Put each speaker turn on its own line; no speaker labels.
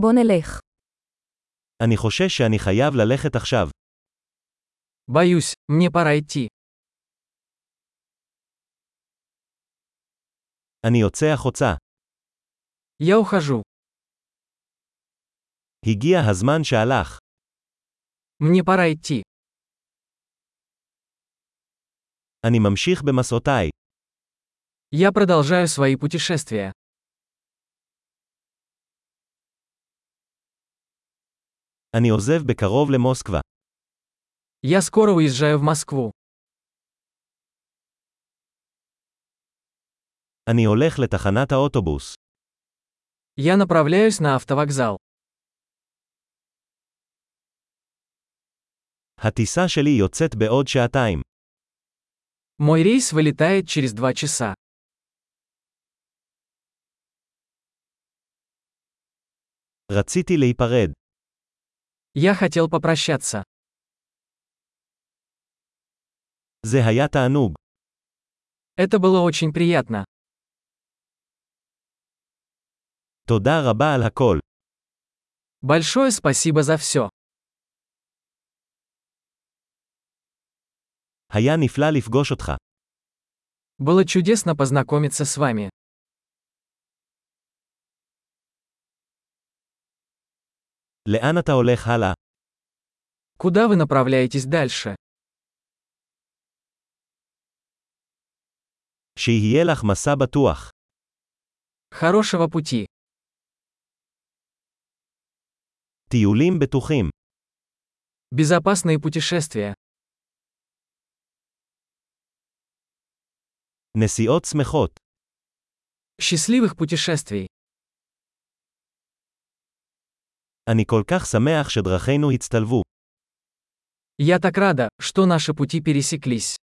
בוא נלך.
אני חושש שאני חייב ללכת עכשיו.
Боюсь, мне пора идти.
אני יוצא החוצה.
Я ухожу.
הגיע הזמן שהלך.
Мне пора идти.
אני ממשיך במסעותיי.
Я продолжаю свои путешествия.
אני עוזב בקרוב למוסקבה.
Я скоро уезжаю в Москву.
אני הולך לתחנת האוטובוס.
Я направляюсь на автовокзал.
הטיסה שלי יוצאת בעוד שעתיים.
Мой рейс вылетает через два часа.
רציתי להיפרד.
Я хотел попрощаться.
זה היה תענוג.
Это было очень приятно.
תודה רבה על הכל.
Большое спасибо за все.
היה נפלא לפגוש אותך.
Было чудесно познакомиться с вами.
לאן אתה הולך הלאה?
Куда вы направляетесь дальше?
שיהיה לך מסע בטוח.
Хорошего пути.
טיולים בטוחים.
Безопасные путешествия.
נסיעות שמחות.
Счастливых путешествий.
אני כל כך שמח שדרכינו הצטלבו.
Я так рада, что наши пути пересеклись.